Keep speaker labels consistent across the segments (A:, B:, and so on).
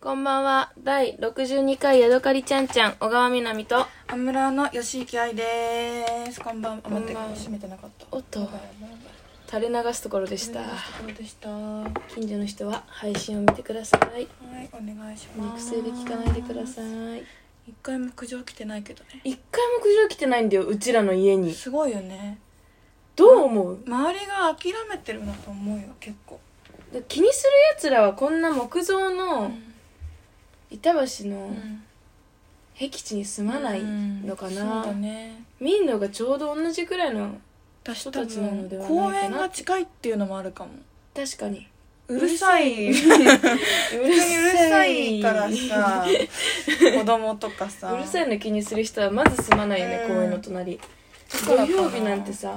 A: こんばんは。第62回ヤドカリちゃんちゃん、小川みなみと。
B: アムラーの吉行愛です。こんばんは。待っ
A: こ
B: て、
A: んばんは
B: 閉めてなかった。
A: おっと
B: やばいやばいやばい
A: 垂れ流すところでした
B: お。願いしました。は
A: 近所の人は配信を見てください。
B: い、お願いしま
A: 肉
B: す。
A: 声で聞かないでくださ
B: い。
A: い。
B: 一回も苦情来てないけどね。
A: 一回も苦情来てないんだよ、うちらの家に。
B: すごいよね。
A: どう思う
B: 周りが諦めてるなと思うよ、結構。
A: で気にする奴らはこんな木造の板橋
B: う
A: の
B: ん。
A: 僻地に住まないのか
B: うんそうだ
A: な。
B: ね。
A: 民度がちょうど同じくらいの、
B: 私
A: た
B: た
A: ち
B: ち
A: な
B: の
A: のではないかな
B: 公園が近いっていうのもあるかも。
A: 確かに。
B: うるさい。
A: う
B: 普通にうるさいからさ、子供とかさ。
A: うるさいの気にする人はまず住まないよね、
B: うん
A: 公園の隣土
B: だからかな
A: 曜日なんてさ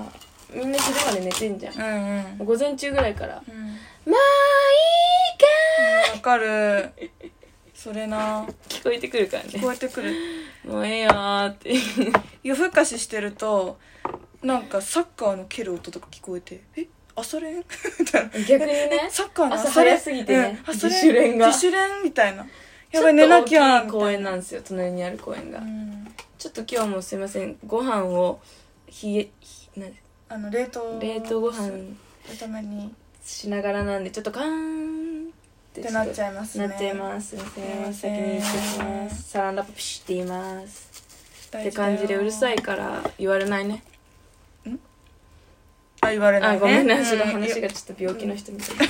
A: みんな昼まで寝てんじゃん
B: うんうん。
A: 午前中ぐらいから
B: うん
A: 「まあ
B: わかる。それな。
A: いいか!」聞こえてくるから
B: 聞
A: ね
B: こえてくる。
A: 「もうええよ」って
B: 夜更かししてると、なんかサッカーの蹴る音とか聞こえて、え朝練みたいな。
A: 逆にね
B: えサッカーの
A: 朝
B: 朝練
A: 早すぎてね
B: うん朝
A: 自主練が
B: 自主練みたいな。やばい、寝なきゃ
A: ちょっと大きい
B: み
A: 公
B: たい
A: 園
B: な。
A: なんですよ隣にある公園が、
B: うん
A: ちょっと今日もすいませんご飯をひえひな
B: あの、冷凍。
A: 冷凍ご飯
B: のために。
A: しながらなんでちょっとカーンって
B: ってなっち
A: ゃい
B: ゃいますね。
A: なっちゃいますすいません
B: すい
A: 先
B: ま
A: に
B: せ
A: 行ってき
B: ん
A: ますサランラップピシッて言いますっ
B: 大
A: て
B: 事だよ
A: 感じでうるさい。から言われないね
B: あ、言われない、
A: あ
B: ね。
A: ごめんね
B: う
A: 話が話が。ちょっと病気の人みたいな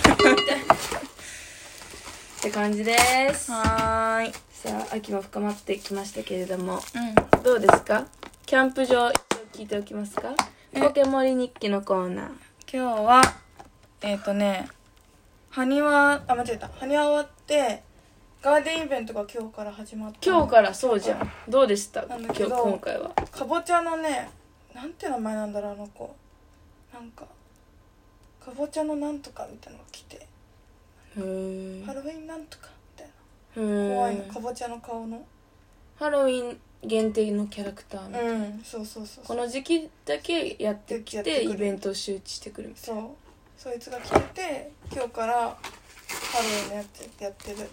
A: って感じですさ
B: はーい。
A: あ秋も深まってきましたけれども
B: うん。
A: どうですかキャンプ場一応聞いておきますか
B: え
A: ポケモリ日記のコーナー
B: 今日はえっ、とね埴輪あ間違えた埴輪終わってガーデンイベントが今日から始まった
A: 今日からそうじゃんどうでした
B: な
A: 今
B: んだ
A: 日
B: けど
A: 今回は
B: かぼちゃのねなんて名前なんだろうあの子なんかかぼちゃのなんとかみたいなのが来て
A: へー
B: ハロウィンなんとかみたいな
A: へー
B: 怖いのかぼちゃの顔の
A: ハロウィン限定のキャラクターみたいな
B: うんそうそうそう
A: こ
B: そう
A: の時期だけやってき
B: やって
A: て
B: く
A: イ
B: る
A: ベントを周知してくるみたい
B: そうそいつが来てて今日からハロウィンのやつやってるえっ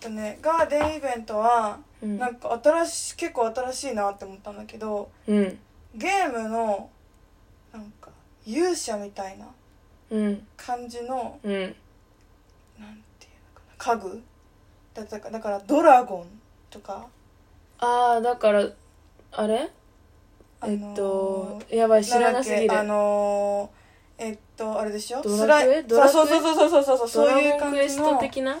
B: とねガーデンイベントは
A: な
B: なんか新しい結構新しいなって思ったんだけど
A: うん
B: ゲームのなんか勇者みたいな
A: うん
B: 感じの
A: うん
B: なんていうのかな家具だったかだからドラゴンとか
A: ああだからあれ
B: あ
A: え
B: のー
A: っとやばい知らなすぎ
B: んだっけあ
A: る
B: のーえっとあれでしょ
A: ド
B: ス
A: ラ
B: ラ
A: クエ
B: イ
A: ドラクエ
B: そうそうそうそうそうそう
A: ド
B: そう
A: ラ
B: いう
A: ゴン
B: 感
A: クエ
B: じ
A: スト
B: の
A: 的な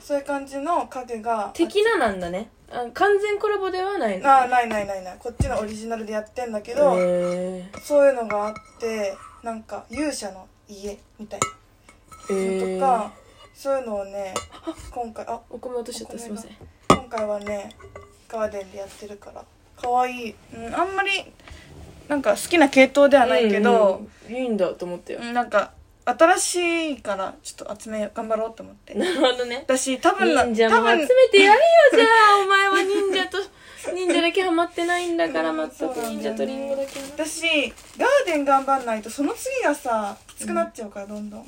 B: そういう感じの家具が
A: 的ななんだねあ完全コラボではないの
B: あないないないないこっちのオリジナルでやってんだけど、
A: へ
B: そういうのがあってなんか勇者の家みたいな
A: え
B: とか、そういうのをね今回あ
A: お米落としちゃった
B: お米
A: すい
B: が
A: ません
B: 今回はねガーデンでやってるから可愛いうん、あんまりなんか好きな系統ではないけど、
A: うんうんいいんだと思ったよ
B: うんなんか新しいからちょっと集めよう頑張ろうと思って
A: なるほどね
B: 私多分な
A: 忍者
B: 多
A: も集
B: 分
A: めてやれよじゃあお前は忍 者と忍者だけハマってないんだから
B: うん
A: 全く
B: そうなん
A: 忍者
B: だよね
A: とリンゴだけハマって
B: 私ガーデン頑張んないとその次がさきつくなっちゃうからどん どん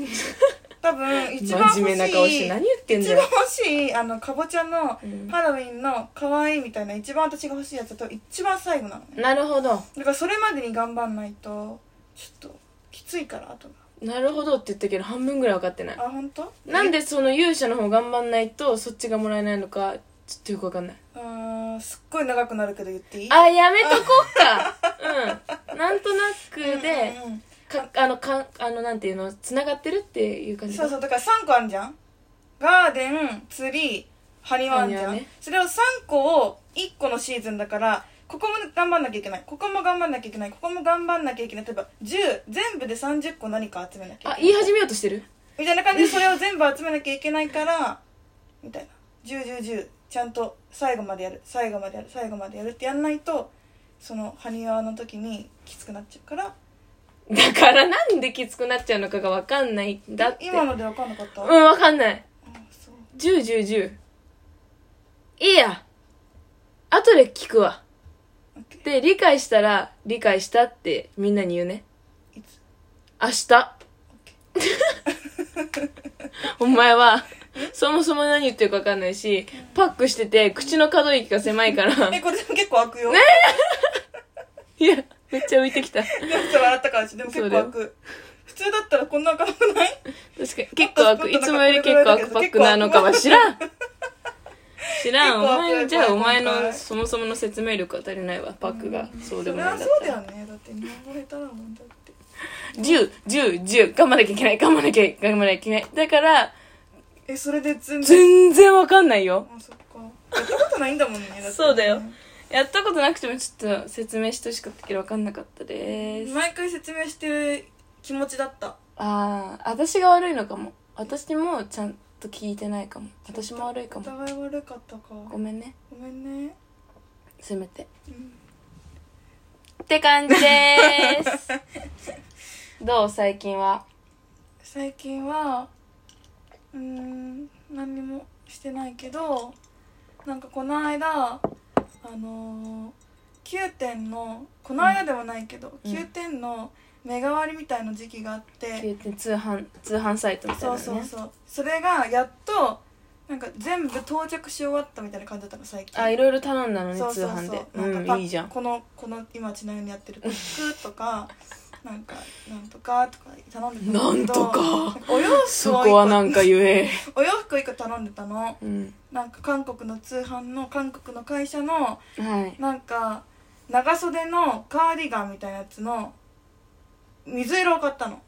B: 多分一番欲し
A: 真
B: い
A: 面目な顔して何言ってん
B: 一
A: だ
B: 番
A: よ
B: 欲しいあのかぼちゃの
A: うん
B: ハロウィンの可愛いみたいな一番私が欲しいやつだと一番最後なのね
A: なるほど
B: だからそれまでに頑張んないとちょっときついから後が
A: なるほどって言ったけど半分ぐらい分かってない
B: あ本当
A: なんでその勇者の方頑張んないとそっちがもらえないのかちょっとよくわかんない
B: あーすっごい長くなるけど言っていい
A: あやめとこっかうんなんとなくで
B: うんうん
A: かあのかんあのなんていうのつながってるっていう感じ
B: そうそうだから3個あるじゃんガーデン釣り埴輪あるじゃ
A: 埴
B: ん、
A: 輪ね
B: それを3個を1個のシーズンだからここも頑張んなきゃいけないここも頑張んなきゃいけないここも頑張んなきゃいけない例えば10全部で30個何か集めなきゃい
A: あ
B: けない
A: 言い始めようとしてる
B: みたいな感じでそれを全部集めなきゃいけないから、みたいな。10,10,10ちゃんと最後までやる、最後までやる、最後までやるってやんないと、その、埴輪の時にきつくなっちゃうから、
A: だからなんできつくなっちゃうのかがわかんないんだって
B: 今ので分かんなかった、
A: うん
B: あ、
A: わかんない
B: そう。
A: 101010いいや後で聞くわ
B: OK
A: で理解したら理解したってみんなに言うね
B: いつ
A: 明日お前はそもそも何言ってるか分かんないし、パックしてて、口の可動域が狭いから、
B: えこれでも結構開くよ、
A: いや、めっちゃ浮いてきた。確
B: でもちょっと笑ったからしでも結構開く普通だったらこんな開かなくない
A: かに、結構開く、いつもより結構開くパックなのかは知らん。知らん。お
B: 結構開く
A: 前、じゃあお前
B: 今
A: の
B: 回
A: そもそもの説明力が足りないわ、パックが。そうで
B: そ
A: もな
B: れ
A: い
B: は
A: んだ
B: そ
A: っ
B: う
A: た
B: だよ
A: ら。
B: ねだって日本語下手なもんだって
A: 10、10、10、頑張らなきゃいけない、頑張らなきゃいけない、頑張らなきゃいけない。だから、
B: えそれで全然
A: 全然わかんないよ。
B: あそっかやったことないんだもんねって
A: そうだよやったことなくてもちょっと説明してほしかったけどわかんなかったです。
B: 毎回説明してる気持ちだった
A: ああ、私が悪いのかも。私もちゃんと聞いてないかも。私も悪いか
B: お
A: も。
B: 互い悪かったか
A: ごめんね。
B: ごめんね
A: せめて。
B: うん
A: って感じ です。どう最近は。
B: 最近はうーん何にもしてないけどなんかこの間あのー、9点のこの間ではないけど、
A: うん
B: 9点の目変わりみたいな時期があって、
A: 通販、通販サイトみたいな
B: そう
A: ね。
B: そうそうそれがやっとなんか全部到着し終わったみたいな感じだったの最近
A: あ、いろいろ頼んだのね、
B: そう
A: 通
B: そう
A: 販で。
B: そうなんか
A: う
B: パ
A: ん、いいじゃん。
B: このこの今ちなみにやってるパックとかなんかなんとかとか頼んでただけど
A: なんとか
B: お洋服を一個
A: そこはなんか言え。
B: お洋服一個頼んでたの
A: うん。
B: なんか韓国の通販の韓国の会社の
A: はい。
B: なんか長袖のカーディガンみたいなやつの水色を買ったの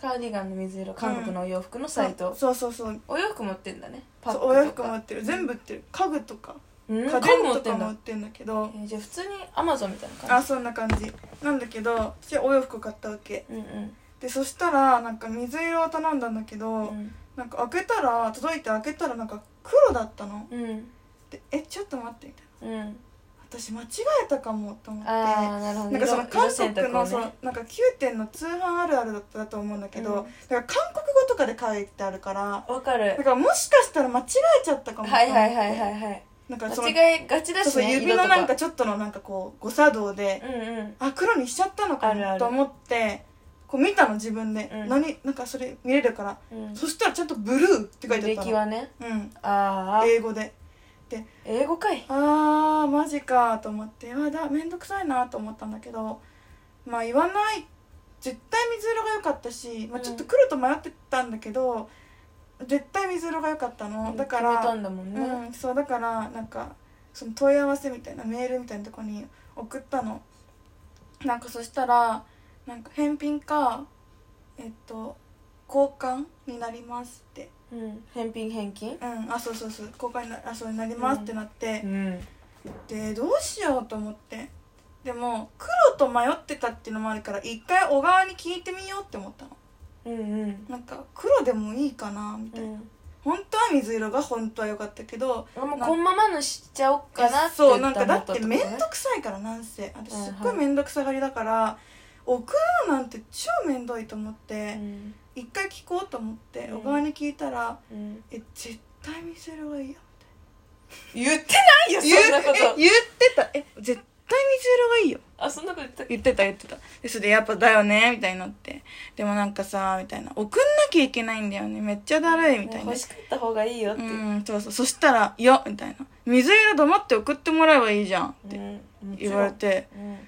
A: カーディガンの水色、韓国のお洋服のサイト。
B: そうそうそう
A: お洋服持ってんだね。パッ
B: そ
A: ク
B: うお洋服も売ってる全部売ってる家具とか
A: うん、
B: 家
A: 家具
B: 電
A: 持っ
B: と
A: て
B: か
A: ん
B: も売
A: だ
B: っ。てるんだけど
A: えーじゃあ普通にアマゾンみたいな感
B: あ
A: じ。
B: そんな感じなんだけど私はお洋服買ったわけ
A: うんうん
B: でそしたらなんか水色を頼んだんだけど、
A: うん。
B: なんか開けたら届いて開けたらなんか黒だったの
A: うん。
B: でえちょっと待ってみたいな
A: うん。
B: 私間違えたかもと思って
A: ああ、なるほど。
B: なんかその
A: 色
B: 韓
A: 色選択
B: 国
A: を
B: の
A: ね
B: そのなんか9点の通販あるあるだったと思うんだけど、
A: うん
B: だから韓国語とかで書いてあるから
A: わか
B: だ
A: る。
B: からもしかしたら間違えちゃったかもと
A: は
B: 思っ
A: い
B: て
A: はいはいはいはい。
B: なんかその
A: 間違いがちだし、
B: そ
A: ね、
B: うそう指
A: 色と
B: のなんかちょっとのなんかこう誤作動で、
A: うんうん
B: あ黒にしちゃったのか
A: あるあ
B: な
A: る
B: と思ってこう見たの自分で、
A: うん
B: 何なんかそれ見れるから、
A: うん
B: そしたらちゃんとブルーって書いてあった
A: 歴
B: の、
A: はね
B: うん、
A: ああ、
B: 英語で
A: 英語かい
B: あーマジかと思ってやだめんどくさいなと思ったんだけどまあ言わない絶対水色が良かったし、まあ、
A: うん
B: ちょっと黒と迷ってたんだけど、絶対水色が良かったのだか
A: 決めた
B: ら
A: んだもんね、
B: うんそうだからなんかその問い合わせみたいなメールみたいなとこに送ったのなんかそしたらなんか返品かえっと交換になりますって
A: うん返品返金
B: うんあそうそうそう交換になあそうになりますってなって、
A: うん
B: でどうしようと思ってでも黒と迷ってたっていうのもあるから一回小川に聞いてみようって思ったの
A: うんうん
B: なんか黒でもいいかなみたいな、本当は水色が本当は良かったけど
A: あもうこのままのしちゃおっかなって
B: そう
A: 言
B: なん
A: った
B: か
A: の
B: だ
A: と
B: って
A: と
B: 面
A: ね
B: 倒くさいからなんせ私すっご
A: はい
B: い
A: はい
B: 面倒くさがりだから送るのなんて超面倒いと思って
A: うん
B: 一回聞こうと思って
A: うん
B: 小川に聞いたら
A: うん
B: 「え絶対水色がいいよ」
A: 言ってないよそんなこ
B: 言うえ
A: と
B: 言ってた「え絶対水色がいいよ」
A: あそんなこと言ったっけ
B: 言ってた言ってたでそれでやっぱだよねみたいになってでもなんかさみたいな送んなきゃいけないんだよねめっちゃだるいみたいな
A: 欲しかった方がいいよっ
B: う
A: て、
B: んそうそうそしたら「いや」みたいな「水色黙って送ってもらえばいいじゃん」って
A: うん
B: 言われ、て
A: うん、
B: 「え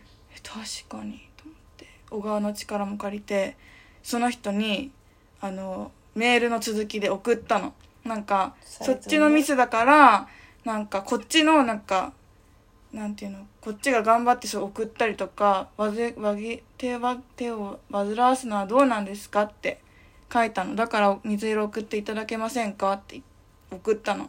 B: 確かに」と思って小川の力も借りてその人にあのメールの続きで送ったのなんか
A: サイト
B: そ
A: ね
B: っちのミスだからなんかこっちのなんかなんていうのこっちが頑張ってそう送ったりとかわぜわぎ手は手を煩わすのはどうなんですかって書いたのだから水色送っていただけませんかって送ったの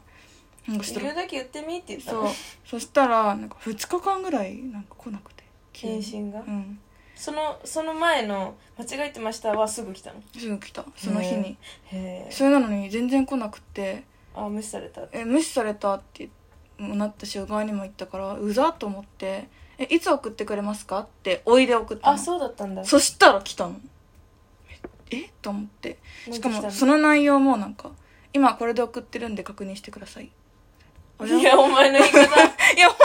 B: なんかそしたら
A: 言うだけ言ってみって言った
B: そう
A: の
B: そしたらなんか2日間ぐらいなんか来なくて急に
A: 返信が、
B: うん
A: そのその前の「間違えてました」はすぐ来たの
B: すぐ来たその日に
A: へえ
B: それなのに全然来なくて
A: あ無視された
B: え無視されたってなったし小川にも言ったからうざっと思ってえいつ送ってくれますかっておいで送ったの
A: あそうだったんだ
B: そしたら来たのええと思ってしかもその内容もなんか今これで送ってるんで確認してください あれ
A: いやお前の言い 方
B: いや、本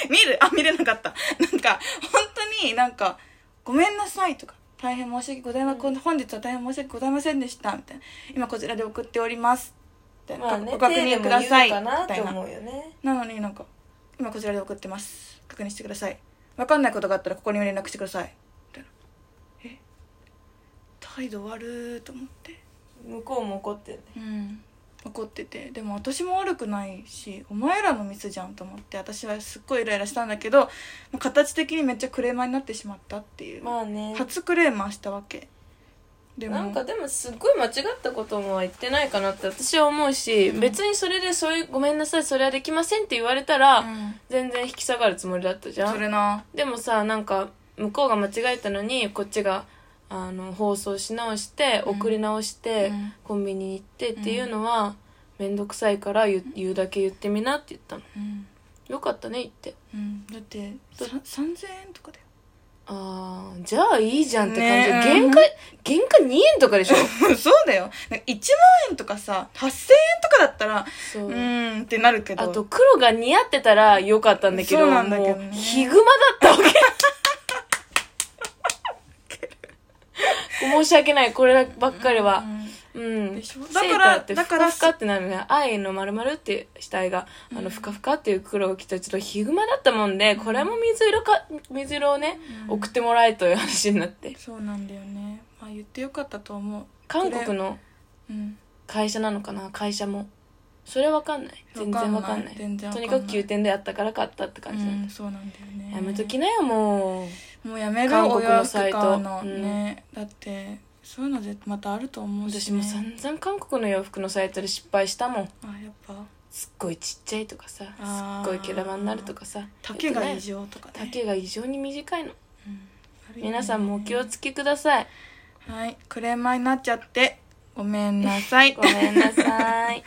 B: 当に、見るあ、見れなかった。なんか、本当になんか、ごめんなさいとか、大変申し訳ございません、本日は大変申し訳ございませんでした、みたいな。今こちらで送っております。たいな、
A: まあね
B: ご確認ください
A: 手でも言うか
B: み
A: な
B: た
A: と
B: いな
A: 思うよね
B: なのになんか今こちらで送ってます確認してください分かんないことがあったらここに連絡してくださいみたいなえ態度悪ーと思って
A: 向こうも怒ってるね
B: うん怒っててでも私も悪くないしお前らのミスじゃんと思って私はすっごいイライラしたんだけど、まあ形的にめっちゃクレーマーになってしまったっていう、
A: まあね
B: 初クレーマーしたわけでも
A: なんかでもすっごい間違ったことも言ってないかなって私は思うし、別にそれでそういう「ごめんなさいそれはできません」って言われたら、
B: うん
A: 全然引き下がるつもりだったじゃ
B: そ
A: ん
B: れな
A: でもさなんか向こうが間違えたのにこっちがあの放送し直して
B: うん
A: 送り直して、
B: うん
A: コンビニに行ってっていうのは面倒くさいから言う言うだけ言ってみなって言ったの
B: うん、
A: よかったね言って
B: うん、だってさ
A: だ
B: 3000円とかだ
A: あーじゃあいいじゃんって
B: ね
A: 感じ、
B: え
A: 原価原価2円とかで しょ
B: よそうだよなんか1万円とかさ8000円とかだったら
A: そうう
B: ーんってなるけど
A: あと黒が似合ってたらよかったんだけど
B: そうなんだけどね
A: もうヒグマだったわけ申し訳ないこればっかりはうん
B: でしょ
A: セーター
B: だから
A: って
B: だ
A: ふ
B: か
A: からふかってなるね愛のまるまるっていう額があのふかふかっていう黒を着たちょっとヒグマだったもんでこれも水色か水色をね
B: うん
A: 送ってもらえという話になって
B: そうなんだよねまあ言ってよかったと思う
A: 韓国の
B: うん
A: 会社なのかな会社もそれわかんない全然わかんない
B: わかんない全然わか
A: と
B: んな
A: に
B: い
A: かく9点であったから買ったって感じな
B: うんん
A: だ、
B: そうなんだよね
A: やめときなよもう
B: もうやめる
A: 韓
B: お
A: 国の
B: 洋
A: サイ
B: 服
A: ト
B: 買うのね、だってそういうのでまたあると思うし、
A: 私
B: ね、
A: も散々韓国の洋服のサイトで失敗したもん
B: あやっぱ
A: すっごいちっちゃいとかさす
B: あー
A: っごい毛玉になるとかさ
B: 丈が異
A: よ
B: 常とか
A: く
B: ね
A: ない丈が異常に短いの
B: あるよね
A: 皆さんもお気をつけください
B: はいクレーマーになっちゃってごめんなさい
A: ごめんなさい